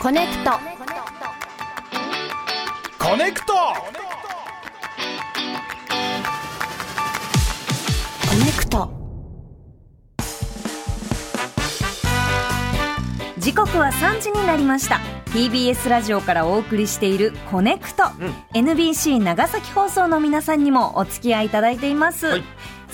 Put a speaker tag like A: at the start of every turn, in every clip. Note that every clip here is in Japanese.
A: コネクト
B: コネクト
A: コネクト
C: 時刻は3時になりました TBS ラジオからお送りしている「コネクト」NBC 長崎放送の皆さんにもお付き合いいただいています、
B: はい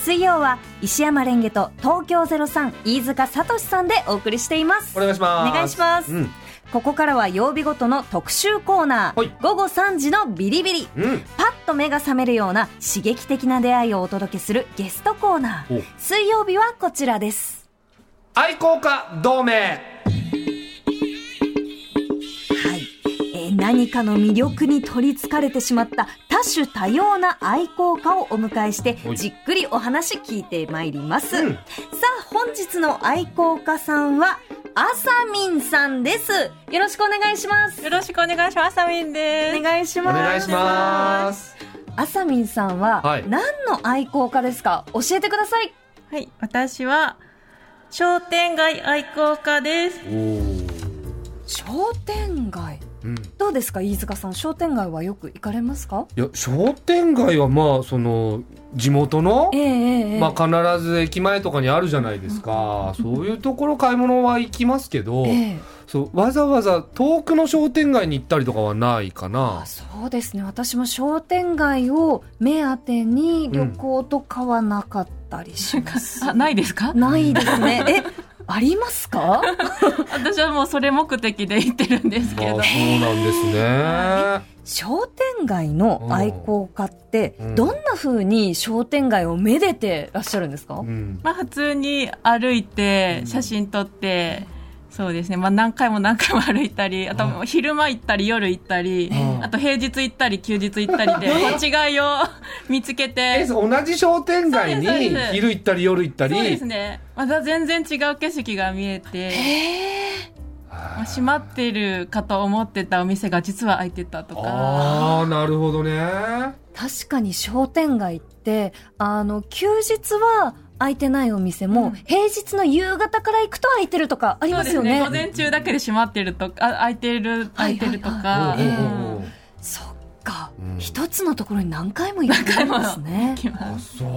C: 水曜は石山レンゲと東京03飯塚聡さんでお送りしています
B: お願いします
C: お願いします
B: うん
C: ここからは曜日ごとの特集コーナー、
B: はい
C: 午後3時のビリビリ、
B: うん
C: パッと目が覚めるような刺激的な出会いをお届けするゲストコーナ
B: お
C: ー水曜日はこちらです
B: 愛好家同盟
C: はい、えー何かの魅力に取りつかれてしまった多種多様な愛好家をお迎えして
B: はい
C: じっくりお話聞いてまいります、
B: うん
C: さあ本日の愛好家さんはあさみんさんですよろしくお願いします
D: よろしくお願いします。サミンで
C: お
D: す。
C: 願いし
B: お
C: ます
B: 願いします
C: あさみんさんは
B: はい
C: 何の愛好家ですか教えてください
D: はい、私は商店街愛好家です。
B: おー
C: 商店街
B: うん
C: どうですか飯塚さん商店街はよく行かれますか
B: いや商店街はまあその地元の
C: ええええええ
B: まあ必ず駅前とかにあるじゃないですかそういうところ買い物は行きますけど
C: ええ
B: そうわざわざ遠くの商店街に行ったりとかはないかな
C: あそうですね私も商店街を目当てに旅行とかはなかったりします、
D: あ、ないですか？
C: ないですねえありますか
D: 私はもうそれ目的で行ってるんですけ
B: ま
D: ど
B: あ、。そうなんですね。
C: 商店街の愛好家って
B: うん
C: どんな風に商店街をめでてらっしゃるんですか、
B: うん、
D: まあ普通に歩いて写真撮って、そうですね。まあ何回も何回も歩いたり、あともう昼間行ったり夜行ったり
B: う、ん
D: あと平日行ったり休日行ったりで間違いを 見つけ
B: え
D: て。そ
B: 同じ商店街に
D: そうですそうです
B: 昼行ったり夜行った
D: う
B: り
D: ですね。また全然違う景色が見えて。まあ閉まってるかと思ってたお店が実は開いてたとか。
B: ああなるほどね
C: 確かに商店街ってあの休日は空いてないお店も、
D: うん
C: 平日の夕方から行くと空いてるとかあり
D: そう
C: ま
D: ですす
C: よね
D: ね。午前中だけで閉まってるとか、あ開いてる、開いてるとか。
C: はいはいはい
B: うんうんうん
C: そっか、
B: うん
C: 一つのところに何回も行ってるんですね
D: 行きま
B: あ
D: す
B: そう、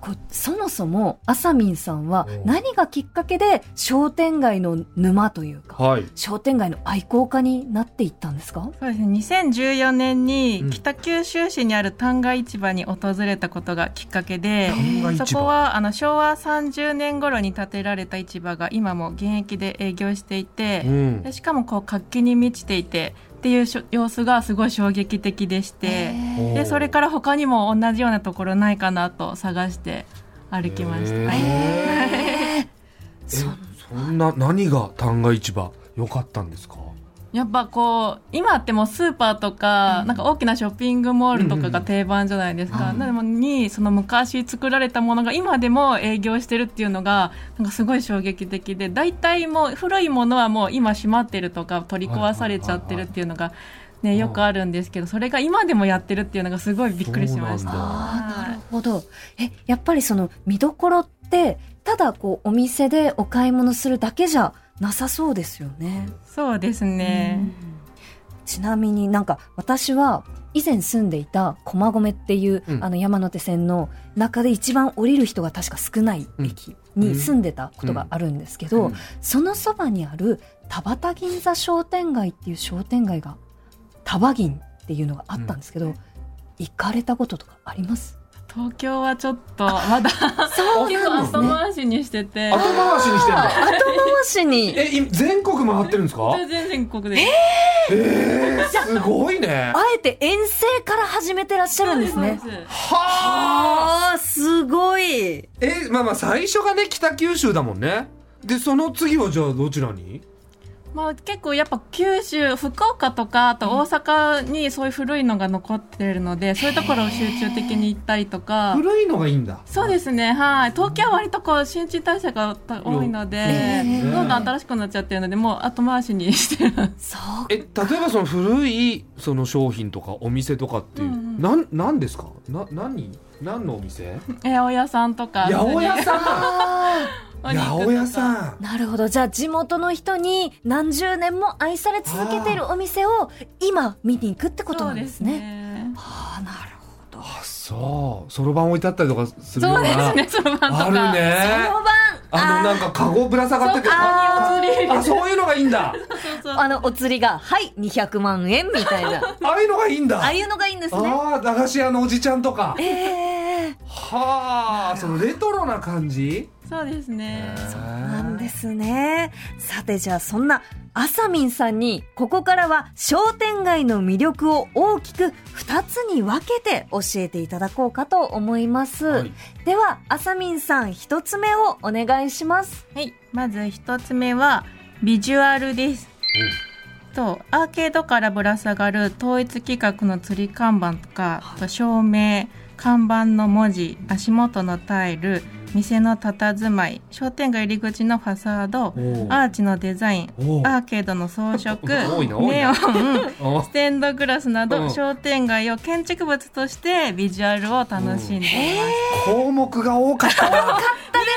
C: こうそもそもあさみんさんは
B: うん
C: 何がきっかけで商店街の沼というか
B: はい
C: 商店街の愛好家になっていったんですか
D: そうですね。2014年に
B: うん
D: 北九州市にある旦過市場に訪れたことがきっかけで、
B: 旦過市場
D: そこはあの昭和30年頃に建てられた市場が今も現役で営業していて、
B: うん
D: でしかもこう活気に満ちていてっていうしょ様子がすごい衝撃的でして、でそれから他にも同じようなところないかなと探して歩きました、
B: へー
D: はい
C: えー
B: え
C: そ
B: そんな何が旦過市場良かったんですか
D: やっぱこう今ってもうスーパーとか,、なんか大きなショッピングモールとかが定番じゃないですか、なのにその昔作られたものが今でも営業してるっていうのがなんかすごい衝撃的で大体もう古いものはもう今閉まってるとか取り壊されちゃってるっていうのが、ね、よくあるんですけどそれが今でもやってるっていうのがすごいびっくりしまし
B: そうなんだ
D: た。
C: あー
D: はい
C: なるほどえやっぱりその見どころってただこうお店でお買い物するだけじゃなさそうですよね、
D: そうですね、
C: ちなみになんか私は以前住んでいた駒込っていう、
B: うん
C: あの山手線の中で一番降りる人が確か少ない駅に住んでたことがあるんですけど、
B: うん
C: そのそばにある田端銀座商店街っていう商店街が田端銀っていうのがあったんですけど、行かれたこととかあります
D: 東京はちょっとまだ
C: そう
D: 結構後回しにしてて、
B: 後回しにしてんだ
C: 後回しに
B: え今全国回ってるんですか
D: 全然全国です。
B: えー、すごいね
C: あえて遠征から始めてらっしゃるんですね
D: そうです
B: はあ
C: ああすごい
B: えまあまあ最初がね北九州だもんねでその次はじゃあどちらに
D: まあ結構やっぱ九州、福岡とか、あと大阪にそういう古いのが残ってるので、そういうところを集中的に行ったりとか、
B: 古いのがいいんだ
D: そうですね、はい。東京は割とこう、新陳代謝が多いので、
B: うん
D: どんどん新しくなっちゃってるので、もう後回しにしてる。
C: そう
B: え例えばその古いその商品とかお店とかっていう、
D: うんうん
B: なんなんですかな何何のお店
D: 八百屋さんとか、
B: 八百屋
D: 普通に
B: さん
C: あー
D: お
B: 八
D: 肉とか
B: 百屋さん。
C: なるほど。じゃあ地元の人に何十年も愛され続けているお店を今見に行くってこと
D: そ
C: な
D: うん
C: で
D: ですす
C: ね。
D: ね
C: ああ、なるほど。
B: あ、そう。そろばん置いてあったりとかするよ
D: そううで
B: な
D: す。ねそろばんとか
B: あるね。
C: 評判
B: あの、なんか、カゴぶら下がってて。
D: あーお釣り
B: あ、そういうのがいいん だ。
D: そうそう
C: あの、お釣りが、はい、200万円みたいな。
B: ああいうのがいいんだ。
C: ああいうのがいいんですね。
B: ああ、駄菓子屋のおじちゃんとか。
C: ええ
B: はあ、そのレトロな感じ。。
D: そうですね
C: なんですすね。さてじゃあそんなあさみんさんにここからは商店街の魅力を大きく2つに分けて教えていただこうかと思います。
B: はい
C: ではあさみんさん1つ目をお願いします。
D: はいまず一つ目はビジュアルですとアーケードからぶら下がる統一規格の釣り看板とか、あと照明看板の文字足元のタイル店の佇まい商店街入り口のファサード
B: おう
D: アーチのデザイン
B: おう
D: アーケードの装飾
B: 多いな多い
D: ネ
B: な
D: オン
B: お
D: ステンドグラスなど、
B: うん
D: 商店街を建築物としてビジュアルを楽しんでい
B: 項目が多かったな。
C: で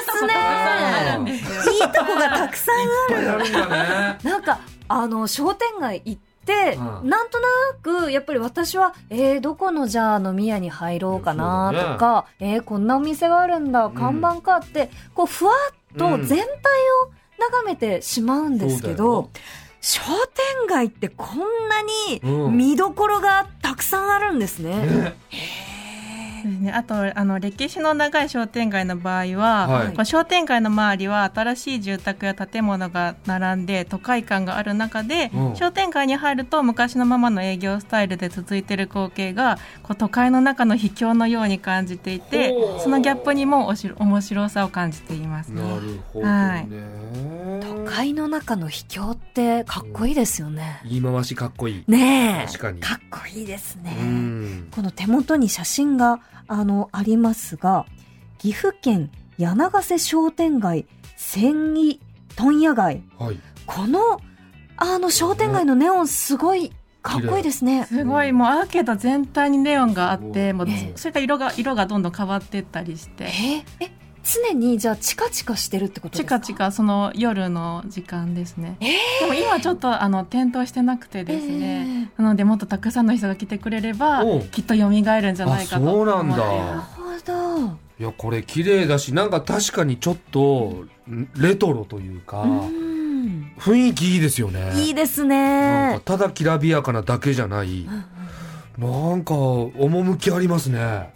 C: すね。
D: ます。
B: うん
D: いいとこがたくさんあるんですよ
C: い
B: いっぱい
C: いとこがたくさん
B: あるんだね。
C: なんか、あの、商店街行って、
B: うん
C: なんとなく、やっぱり私は、えー、どこのじゃあ飲み屋に入ろうかなとか、えー、こんなお店があるんだ、
B: ん
C: 看板かって、こう、ふわっ
B: う
C: と
B: ん
C: 全体を眺めてしまうんですけど、商店街ってこんな
B: う
C: に
B: ん
C: 見どころがたくさんあるんですね。
B: ね
D: そうですね、あとあの歴史の長い商店街の場合は、
B: はい
D: こう商店街の周りは新しい住宅や建物が並んで都会感がある中で、
B: うん
D: 商店街に入ると昔のままの営業スタイルで続いている光景がこう都会の中の秘境のように感じていて
B: ほう
D: そのギャップにもおしろ面白さを感じていますね。
B: なるほど
D: は
B: ね
D: い。
C: 都会の中の秘境ってかっこいいですよね。
B: 言い回しかっこいい。
C: ねえ。
B: 確かに
C: かっこいいですね。
B: うん。
C: この手元に写真が、あの、ありますが、岐阜県柳ヶ瀬商店街、千里問屋街。
B: はい。
C: この、あの、商店街のネオン、すごい、かっこいいですね。
D: すごいもうアーケード全体にネオンがあって
B: うん
D: もう
B: ええ
D: それから色が色がどんどん変わっていったりして
C: えーえ、常に、じゃあ、チカチカしてるってことで
D: チ
C: すか
D: カチ。カその夜の時間ですね、でも今ちょっとあの点灯してなくてですね、
C: ね。
D: なのでもっとたくさんの人が来てくれれば
B: おう
D: きっと蘇るんじゃないかと思っています
B: あそうなん
C: な
B: だ
C: るほど。
B: いや、これ綺麗だし、なんか確かにちょっと、んレトロというか、
C: うん。
B: 雰囲気いいですよね。
C: いいです
B: なん
C: ね。
B: かただきらびやかなだけじゃない、なんか趣ありますね。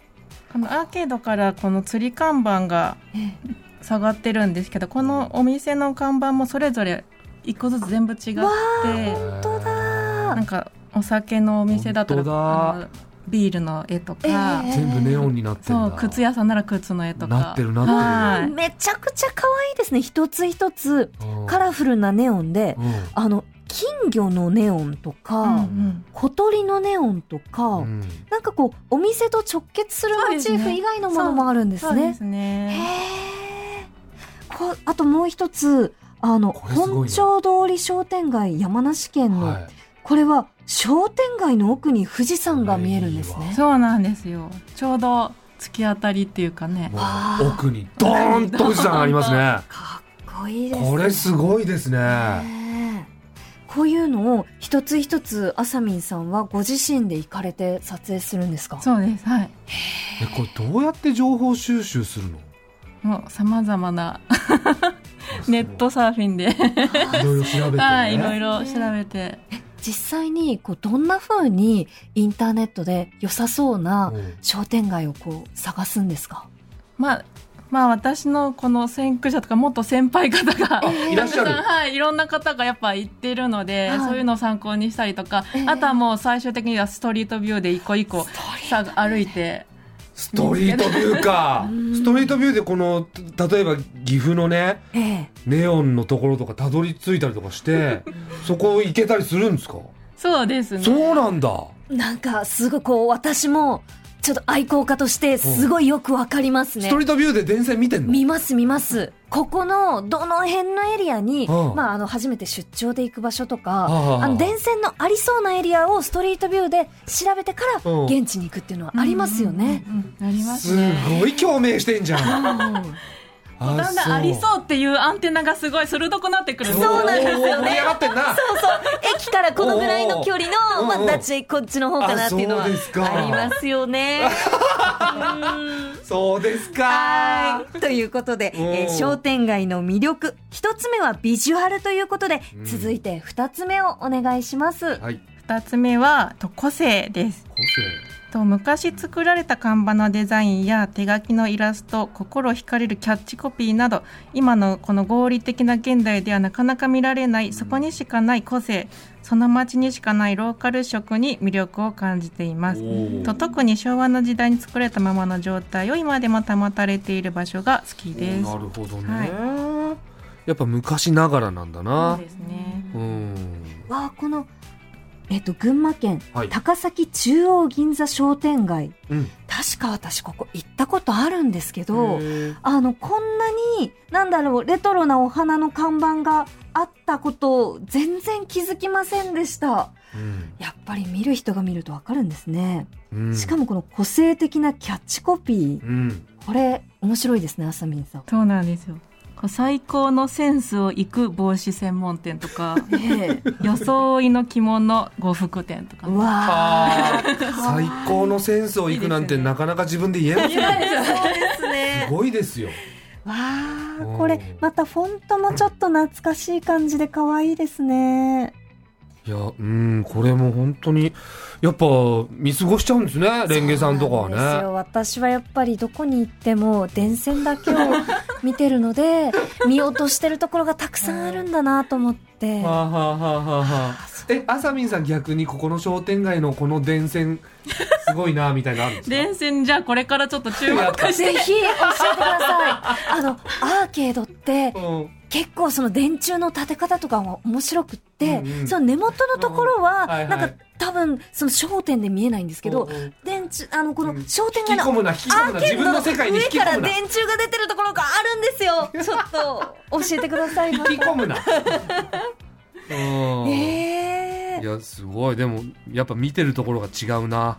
D: このアーケードからこの釣り看板が
C: ええ
D: 下がってるんですけどこのお店の看板もそれぞれ一個ずつ全部違って
C: わ
B: 本
C: 当だ
D: なんかお酒のお店だったら
B: 本当だ
D: あのビールの絵と
C: え
D: か、
C: え
B: 全部ネオンになってるん
D: そ
B: だ。
D: う靴屋さんなら靴の絵とか
B: なってるなってる
D: はい
C: めちゃくちゃ可愛いですね。一つ一つ、
B: うん
C: カラフルなネオンで、
B: うん
C: あの、金魚のネオンとか、
D: うんうん
C: 小鳥のネオンとか、
B: うん
C: なんかこう、お店と直結するモチーフ以外のものもあるんです
D: そうで
C: ね。
D: すね。
C: へーこうあともう一つ、あの、
B: これすごいね
C: 本町通り商店街山梨県の、
B: はい
C: これは商店街の奥に富士山が見えるんです
B: これい
C: ね。
D: そうなんですよ。ちょうど突き当たりっていうかね。
B: も
C: あ
B: う
C: ー
B: 奥にドーンと富士山ありますね。
C: かっこいいですね。
B: これすごいですね。
C: ねえこういうのを一つ一つあさみんさんはご自身で行かれて撮影するんですか
D: そうです。はい。
B: え、これどうやって情報収集するの？
D: もう様々なネットサーフィンで、
B: いろいろ調べてね。
D: はい、いろいろ調べて。
C: 実際にこうどんな風にインターネットで良さそうな
B: うん
C: 商店街をこう探すんですか
D: まあ、まあ私のこの先駆者とか元先輩方が、
B: いらっしゃる
D: たくさんはい、いろんな方がやっぱ行ってるので、
C: はい
D: そういうのを参考にしたりとか、
C: ええ
D: あとはもう最終的にはストリートビューで一個一個さ歩いて、
B: ストリートビューか
C: うん
B: ストリートビューでこの例えば岐阜のね
C: ええ
B: ネオンのところとかたどり着いたりとかしてそこ行けたりするんですか
D: そうですね。
B: そうなんだ
C: なんかすごいこう私もちょっと愛好家としてすごいよくわかりますね
B: ストリートビューで電線見てんの
C: 見ます見ますここのどの辺のエリアに、
B: うん
C: まあ、あの初めて出張で行く場所とか
B: あ
C: あ
B: あ
C: の電線のありそうなエリアをストリートビューで調べてから
B: うん
C: 現地に行くっていうのはありますよね。
D: うん。うんうんありますすね。
B: ごい共鳴してんじゃん
C: うん
D: もうだんだんありそうっていうアンテナがすごい鋭くなってくる
C: そうなんですよね
B: おー盛り上がってんな
C: そうそう駅からこのぐらいの距離
B: おうおう
C: の、ま
B: うんうん
C: あ、ダチこっちの方かなっていうの
B: あ
C: は
B: そうですか
C: ありますよ ね。うん
B: そうですか
C: はい。ということで、
B: うん
C: えー商店街の魅力、一つ目はビジュアルということで、
B: うん
C: 続いて二つ目をお願いします。
B: はい
D: 2つ目はと個性です
B: 個性
D: と昔作られた看板のデザインや手書きのイラスト心惹かれるキャッチコピーなど今のこの合理的な現代ではなかなか見られないそこにしかない個性その町にしかないローカル色に魅力を感じていま
B: お
D: す
B: ー
D: と特に昭和の時代に作られたままの状態を今でも保たれている場所が好きです
B: なるほどね、
D: はい
B: やっぱ昔ながらなんだな
D: そうですね
B: うん
C: わあ、この、えっと、群馬県、
B: はい
C: 高崎中央銀座商店街。
B: うん
C: 確か私ここ行ったことあるんですけど、
B: へー
C: あの、こんなに、なんだろう、レトロなお花の看板があったことを全然気づきませんでした。
B: うん
C: やっぱり見る人が見るとわかるんですね。
B: うん
C: しかもこの個性的なキャッチコピー。
B: うん
C: これ、面白いですね、あさみんさん。
D: そうなんですよ最高のセンスをいく帽子専門店と か
C: ねえ
D: 装いの着物呉服店とか
C: うわ
B: あ
C: ー
B: ー最高のセンスをいくなんて
D: いいですよね
B: なかなか自分で言えない
C: いやそうですね
B: す。ごいですよ
C: わ
B: う
C: あ、
B: ん
C: これ、またフォントもちょっと懐かしい感じで可愛いですね。
B: いやうんこれも本当にやっぱ見過ごしちゃうんですねレンゲさんとか
C: そうなんです
B: はね
C: よ私はやっぱりどこに行っても電線だけを見てるの で見落としてるところがたくさんあるんだなと思って
B: はあはあはあはあはあえあさみんさん逆にここの商店街のこの電線すごいなみたいなのあるんですか
D: 電線じゃあこれからちょっと注目し
C: ぜ
D: て
C: ひ教えてくださいあのアーケードって
B: うん
C: 結構その電柱の立て方とかも面白くって、
B: うんうん
C: その根元のところは、
B: うんはいはい
C: なんか多分その焦点で見えないんですけど、
B: うんうん
C: 電柱あのこ
B: う
C: の
B: ん
C: 商店
B: 引
C: 街
B: き込
C: の
B: むな引き込むな
C: アーケ
B: 自
C: ード
B: 分の世界に引き
C: 上から
B: 込むな
C: 電柱が出てるところがあるんですよちょっと教えてください
B: 引き込むなうん
C: ええ
B: いやすごいでもやっぱ見てるところが違うな
C: は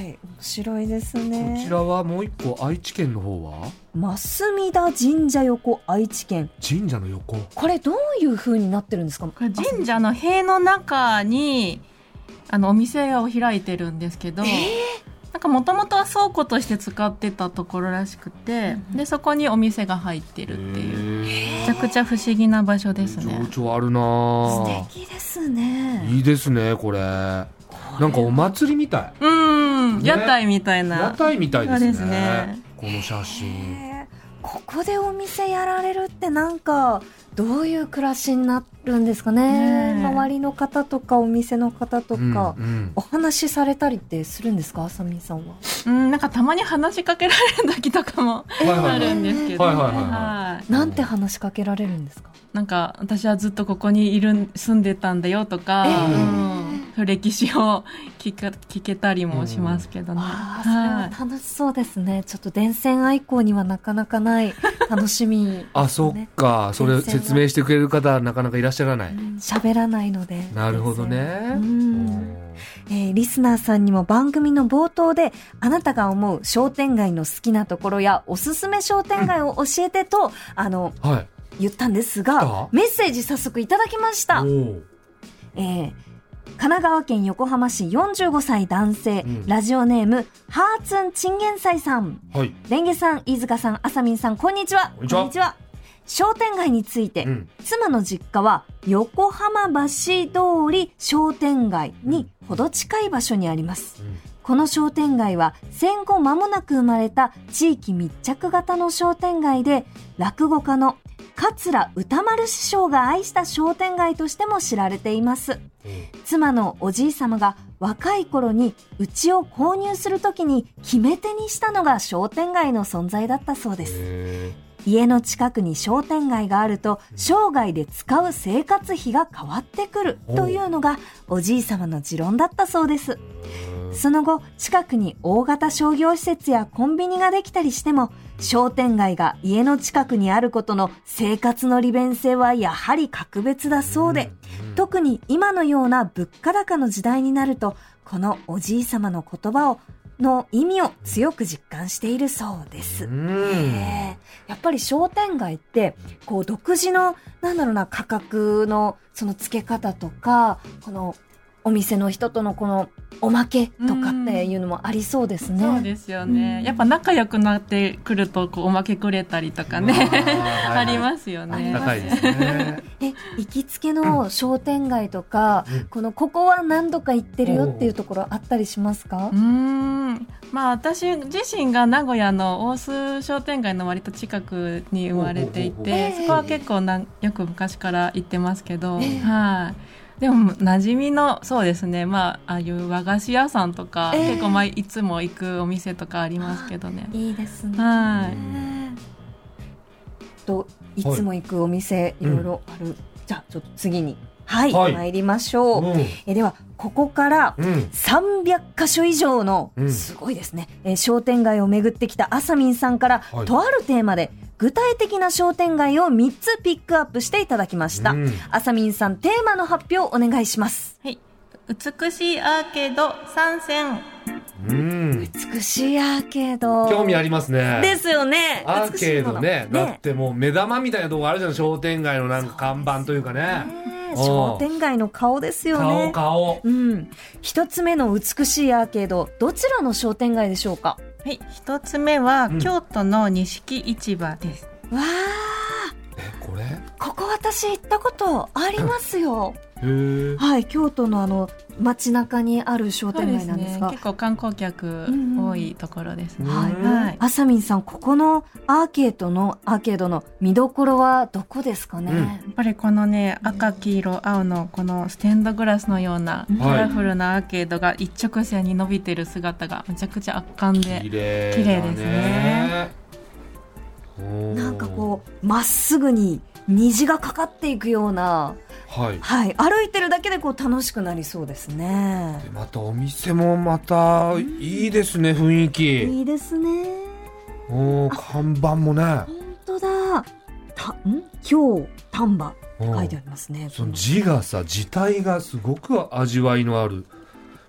C: い面白いです
B: こ
C: ね
B: ちらはもう一個愛知県の方は
C: 増田神社横愛知県
B: 神社の横
C: これどういう風になってるんですか
D: これ神社の塀の中にあのお店を開いてるんですけど、なんかもともとは倉庫として使ってたところらしくて、でそこにお店が入ってるっていうめちゃくちゃ不思議な場所ですね
B: 情緒あるな
C: 素敵ですね
B: いいですねこれなんかお祭りみた
D: うん
B: ね
D: 屋台みたい
B: い
D: な、
B: 屋台みたいですね
D: そうですね
B: この写真
C: へえここでお店やられるってなんかどういう暮らしになるんですかね
D: ねえ
C: 周りの方とかお店の方とか、
B: うんうん
C: お話しされたりってするんですかあさみんさんは
D: うんなんかたまに話しかけられる時とかも
B: はいはい
D: あ
B: はい
D: るんですけど、
B: はいはいはいはい。
D: い
C: なんて話しかけられるんですか
D: なんか私はずっとここにいる住んでたんだよとか、
C: え
D: うん歴史を聞か聞けたりもしますけどね。
C: ああ、それは楽しそうですね。ちょっと電線愛好にはなかなかない楽しみ
B: あそっかそれ
C: 電線が
B: 説明してくれる方なかなかいらっしゃらない
C: 喋らないので。
B: なるほどね
C: うんえーリスナーさんにも番組の冒頭で、あなたが思う商店街の好きなところやおすすめ商店街を教えてと、あの、
B: はい
C: 言ったんです
B: 来
C: が
B: た、
C: メッセージ早速いただきまし
B: お
C: た。
B: ー
C: えー神奈川県横浜市45歳男性、
B: うん
C: ラジオネーム、ハーツンチンゲンサイさん。
B: はい
C: レンゲさん、飯塚さん、あさみんさん、こんにちは。
B: こんにちは
C: 商店街について、
B: うん
C: 妻の実家は横浜橋通り商店街にほど近い場所にあります。
B: うん
C: この商店街は戦後間もなく生まれた地域密着型の商店街で、落語家の桂歌丸師匠が愛した商店街としても知られています。妻のおじい様が若い頃にうちを購入するときに決め手にしたのが商店街の存在だったそうです。
B: へ
C: 家の近くに商店街があると生涯で使う生活費が変わってくるというのがおじい様の持論だったそうです。
B: ー
C: その後、近くに大型商業施設やコンビニができたりしても、商店街が家の近くにあることの生活の利便性はやはり格別だそうで、
B: ん
C: 特に今のような物価高の時代になると、このおじい様の言葉をの意味を強く実感しているそうで
B: う
C: す。
B: ん。
C: ねえやっぱり商店街って、こう独自の、なんだろうな、価格のその付け方とか、このお店の人とのこのおまけとかっていうのもありそうですね。
D: そうですよね、
C: うん
D: やっぱ仲良くなってくるとこうおまけくれたりとかね、
B: まあ
D: ありますよ
C: あり
D: ね
C: ます
B: 高いですね。
C: え、行きつけの商店街とか、
B: うん
C: このここは何度か行ってるよっていうところあったりしますか
D: うーんまあ私自身が名古屋の大須商店街の割と近くに生まれてい
B: ほうほう
C: ほう
D: て
C: ほう
D: そこは結構なよく昔から行ってますけど、
C: ええ
D: はいでも馴染みのそうですねまあああいう和菓子屋さんとか、
C: ええ
D: 結構前いつも行くお店とかありますけどね
C: いいですね。
D: はい
C: といつも行くお店、い、ろいろある、じゃあちょっと次にはい、
B: はい
C: 参りましょう、
B: うん
C: えではここから
B: うん。
C: 300箇所以上の、
B: うん
C: すごいですね、えー商店街を巡ってきたあさみんさんから、
B: はい
C: とあるテーマで具体的な商店街を3つピックアップしていただきました、
B: うん
C: あさみんさんテーマの発表お願いします
D: はい美しいアーケード参戦
B: うん。
C: 美しいアーケード
B: 興味ありますね。
C: ですよね
B: アーケードね
C: 美しいもの
B: だってもう目玉みたいなとこあるじゃん商店街のなんか看板というかね
C: ねえ
B: おう
C: 商店街の顔ですよ
B: 顔
C: ね。
B: 顔
C: うん。一つ目の美しいアーケード、どちらの商店街でしょうか
D: はい一つ目は、
B: うん
D: 京都の錦市場です
C: わ
B: えこれへ
C: ー、ここ私行ったことありますよ。
B: え
C: はい、京都のあの、街中にある商店街なんですが。
D: 結構観光客多いところですね、
C: はい
B: うん
D: はい
C: あさみんさん、ここのアーケードの、アーケードの見どころはどこですかね、
D: やっぱりこのね赤黄色青のこのステンドグラスのような
C: うん
D: カラフルなアーケードが一直線に伸びてる姿がめちゃくちゃ圧巻で
B: 綺麗
D: 綺麗
B: だ
D: です
B: ね
D: ね
C: なんかこう、まっすぐに虹がかかっていくような、
B: うはい
C: はい、歩いてるだけでこう楽しくなりそうですね。
B: でまたお店もまたいいですね雰囲気
C: いいですね。
B: おー看板もね
C: 本当だ。た、ん今日、丹波、
B: うん
C: 書いてありますね。
B: その字がさ字体がすごく味わいのある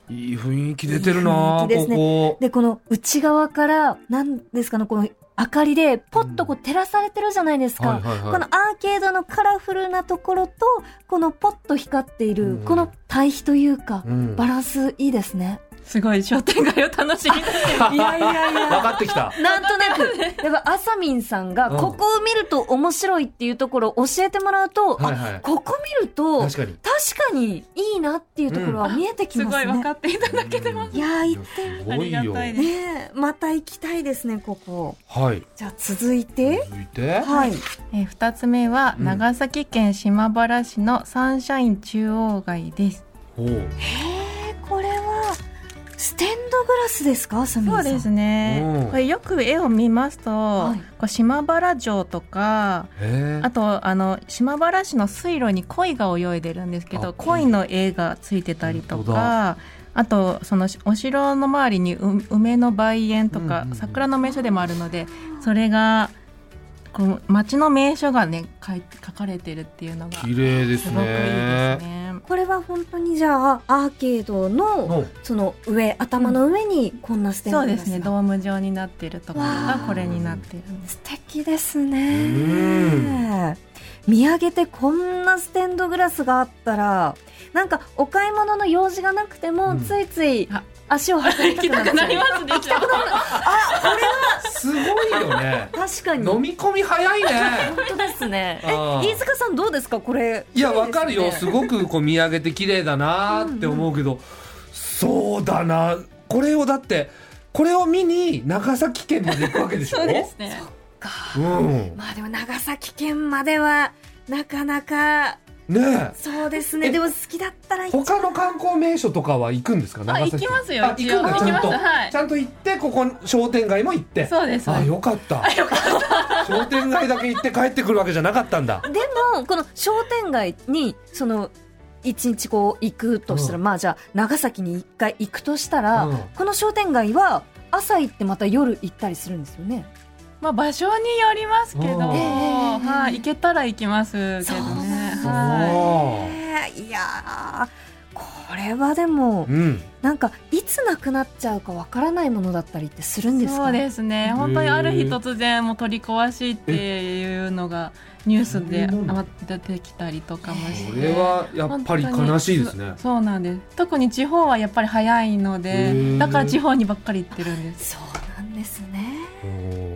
B: いい雰囲気出てるない
C: い雰囲気ですね
B: ここ
C: で、この内側から、なんですかね、この明かりで、ポッとこう照らされてるじゃないです
B: は
C: か。
B: い
C: このアーケードのカラフルなところと、このポッと光っている
B: う、ん
C: この対比というか、
B: うん
C: バランスいいで すね。
D: すごい商店街を楽しみ
C: いやいやい
B: 分
C: や。
B: かってきた
C: なんとな く、やっぱ、あさみんさんが、
B: うん
C: ここを見ると面白いっていうところを教えてもらうと、
B: はい
C: あ、
B: はい
C: ここ見ると、
B: 確かに
C: 確かにいいなっていうところは見えてき
D: す
C: ます
D: ごい
C: ね。
D: 分かっていただけてます
C: いやー、
B: い
C: い
B: やすごい
D: あり
B: よ
D: がたいです
C: ねえ、また行きたいですね、ここ。
B: はい
C: じゃあ続いて。
B: 続いて
C: はい。
D: えー二つ目は
B: うん
D: 長崎県島原市のサンシャイン中央街です、
B: おう
C: えー、これは、ステンドグラスですか、あさみん
D: そ
C: さ。
D: うんです
C: ね。
D: ね
B: うん
D: これよく絵を見ますと、
C: い
D: こう島原城とか
B: えー
D: あとあの島原市の水路に鯉が泳いでるんですけ
B: あ
D: ど鯉の絵がついてたりと
B: 本当だ
D: かあとそのお城の周りにう梅の梅園と
B: う
D: か
B: んうんうん
D: 桜の名所でもあるのでそれがこう町の名所がね書い書かれてるっていうのがすごくい
B: 綺麗で
D: いですす
B: ね
D: ね。
C: これは本当にじゃあ、アーケードの、
B: うん
C: その上、頭の上に、こんなステンド
D: そう
C: グ
D: で
C: ラス
D: すねド
C: ね、
D: ーム状になってるところ
C: わあ
D: がこれになってるんです
C: 素敵です
B: うん
C: ね。見上げてこんなステンドグラスがあったら、なんかお買い物の用事がなくても、
B: うん
C: ついつい
D: あ
C: 足を運び
D: 行き
C: た
D: た
C: く
D: く
C: な
D: な
C: っち
D: り
C: ゃう
D: ますでしょ
B: すごいよね
C: 確かに。
B: 飲み込み早いね
C: 本当ですね。
B: あー
C: え、飯塚さんどうですかこれ。
B: いやわかるよす
C: ご
B: ごくこう見上げて綺麗だなーって思うけどそうだなこれをだってこれを見に長崎県まで行くわけでしょ
D: そうですね
B: うん
C: まあでも長崎県までは、なかなか、
B: ねえ
C: そうですね。
B: え
C: でも好きだったら行っちゃ
B: 他の観光名所とかは行くんですか
D: あ
B: 長
D: 行
B: 崎
D: き
B: 県
D: ますよ
B: あ行
D: 一
B: く
D: 応
B: んだちゃんと
D: 行きますはい
B: ちゃんと行ってここ商店街も行って
D: そうですそう
B: あ
D: です
B: よかった 商店街だけ行って帰ってくるわけじゃなかったんだ
C: うでも、この商店街に、その、一日こう行くとしたら、
B: う
C: まあじゃあ、長崎に一回行くとしたら、
B: うん
C: この商店街は、朝行ってまた夜行ったりするんですよね。
D: まあ場所によりますけど、
B: うんええ
D: はい、行けたら行きますけど
C: そう
D: ね。
C: なんだ
D: は
B: おー
C: えーいやー、これはでも、
B: うん
C: なんかいつなくなっちゃうかわからないものだったりってするんですか
D: そうですね本当にある日突然もう取り壊しっていうのがニュースで
B: えそうな
D: あ
B: の
D: 出てきたりとかもして
B: これはやっぱり悲しいですね
D: 本当にそそうなんです特に地方はやっぱり早いの
B: へ
D: で
B: ー
D: だから地方にばっかり行ってるんです
C: そうなんですね
B: おー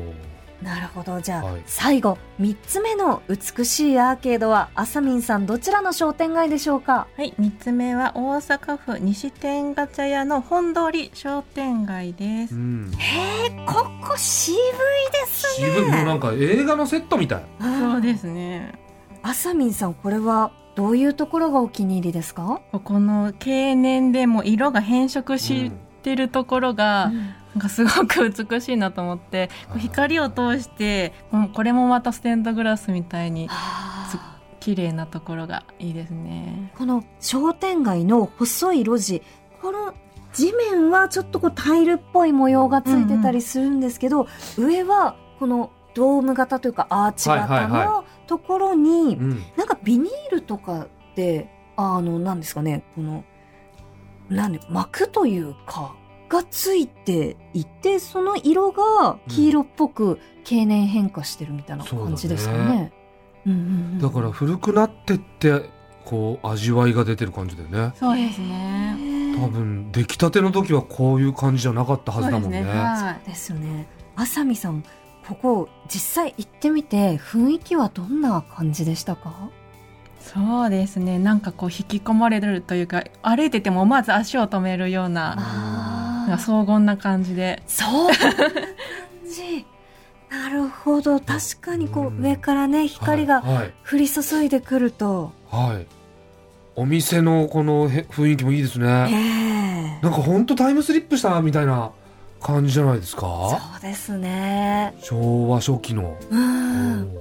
C: なるほどじゃあ、
B: はい
C: 最後3つ目の美しいアーケードはあさみんさんどちらの商店街でしょうか
D: はい3つ目は大阪府西天ガチャ屋の本通り商店街です
B: うん
C: ここ渋いです
B: 渋いもうな
C: ね
B: んか映画のセットみたい
D: そうですね
C: あさみんさんこれはどういうところがお気に入りですか、
D: ここの経年でもう色が変色してるところが、なんかすごく美しいなと思ってこう光を通してこのこれもまたステンドグラスみたいに
C: あー
D: 綺麗なところがいいですね。
C: この商店街の細い路地この地面はちょっとこうタイルっぽい模様がついてたりするんですけど、上はこのドーム型というかアーチ
B: はい
C: 型
B: はいは
C: のところに、
B: うん
C: なんかビニールとかであのなんですかねこのなんで膜というかがついていてその色が黄色っぽく経年変化してるみたいな感じですか
B: そうだ
C: ね。うんうんうん
B: だから古くなってってこう味わいが出てる感じだよね
D: そうですね。
B: 多分出来たての時はこういう感じじゃなかったはずだもんね
D: そうですねはい
C: ですよね。あさみさん、ここ実際行ってみて雰囲気はどんな感じでしたか？
D: そうですね。なんかこう引き込まれるというか歩いてても思わず足を止めるような
C: あ
D: なんか
C: そ
D: 荘厳な感じで。
C: そうこんな感じ。なるほど、確かにこ
B: う
C: うん上からね光が
B: はいはい
C: 降り注いでくると、
B: はいお店のこのへ雰囲気もいいです
C: え
B: ね
C: え
B: なんかほんとタイムスリップしたみたいな感じじゃないですか
C: そうですね。
B: 昭和初期の
C: うん、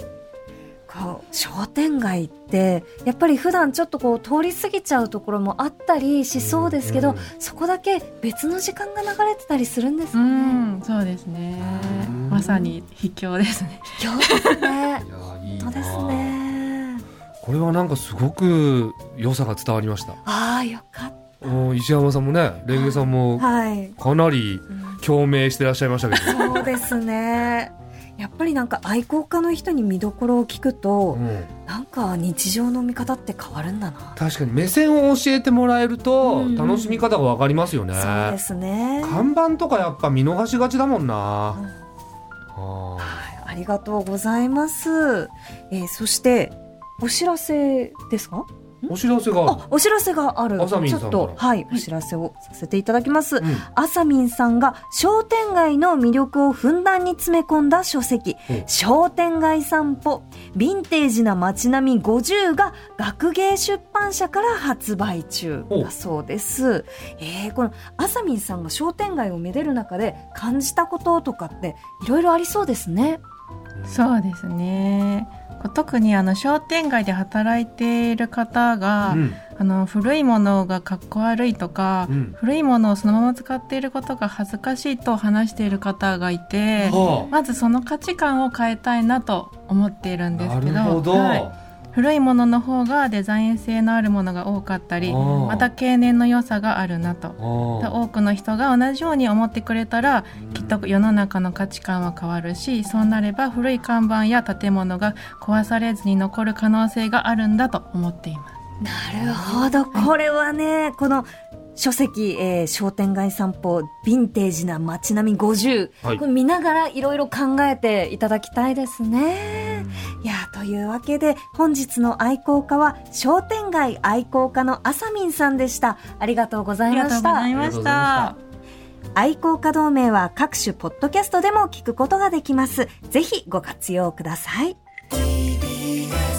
C: こう商店街ってやっぱり普段ちょっとこう通り過ぎちゃうところもあったりしそうですけど、
B: うん
C: そこだけ別の時間が流れてたりするんです
D: う
C: ね。
D: ん、そうですね
B: うん。
D: まさに秘境ですね。
C: 今日ですね
B: い。やー いいな
C: 本
B: ー
C: 当ですね。
B: これはなんかすごく良さが伝わりました
C: ああ、よかっ
B: うん石山さんもねレンゲさん
C: た。
B: も
C: はい。
B: かなり
C: うん
B: 共鳴してらっしゃいましたけど、
C: そうですね。やっぱりなんか愛好家の人に見どころを聞くと
B: う、ん、
C: なんか日常の見方って変わるんだな。
B: 確かに目線を教えてもらえる
C: う
B: と
C: ん
B: 楽しみ方がわかりますよね、
C: そうですね。
B: 看板とかやっぱ見逃しがちだもんな、
C: うん
B: あー
C: はいありがとうございます。えー、そして、お知らせですか
B: お知らせがある
C: あ、お知らせがある。
B: あさみん
C: ち
B: さん
C: ょっ
B: か
C: と、
B: ら
C: はい、お知らせをさせていただきます。
B: うん
C: あさみんさんが商店街の魅力をふんだんに詰め込んだ書籍
B: うん
C: 「商店街散歩ヴィンテージな街並み50」が学芸出版社から発売中
B: お
C: だそうです。えー、このあさみんさんが商店街をめでる中で感じたこととかっていろいろありそうですね。
D: そうですね。こう特にあの商店街で働いている方が、
B: うん
D: あの古いものがかっこ悪いとか、
B: うん
D: 古いものをそのまま使っていることが恥ずかしいと話している方がいて、
B: は
D: まずその価値観を変えたいなと思っている
B: あ、
D: んです
B: な
D: けど
B: るほど、
D: はい古いものの方がデザイン性のあるものが多かったり
B: あー
D: また経年の良さがあるなと
B: あ。ー
D: 多くの人が同じように思ってくれたらきっと世の中の価値観は変わるしそうなれば古い看板や建物が壊されずに残る可能性があるんだと思っています。
C: なるほど。これはね、この書籍、えー商店街散歩、ヴィンテージな街並み50。
B: はい
C: これ見ながらいろいろ考えていただきたいですね。いやー、というわけで、本日の愛好家は、商店街愛好家のあさみんさんでした。ありがとうござ
D: あ
C: い
D: りが
C: ま
D: とう
C: し
D: ござ
C: た
D: い。
B: ま
D: ま
B: し
D: したた。
C: 愛好家同盟は各種ポッドキャストでも聞くことができます。ぜひご活用ください。
A: TBS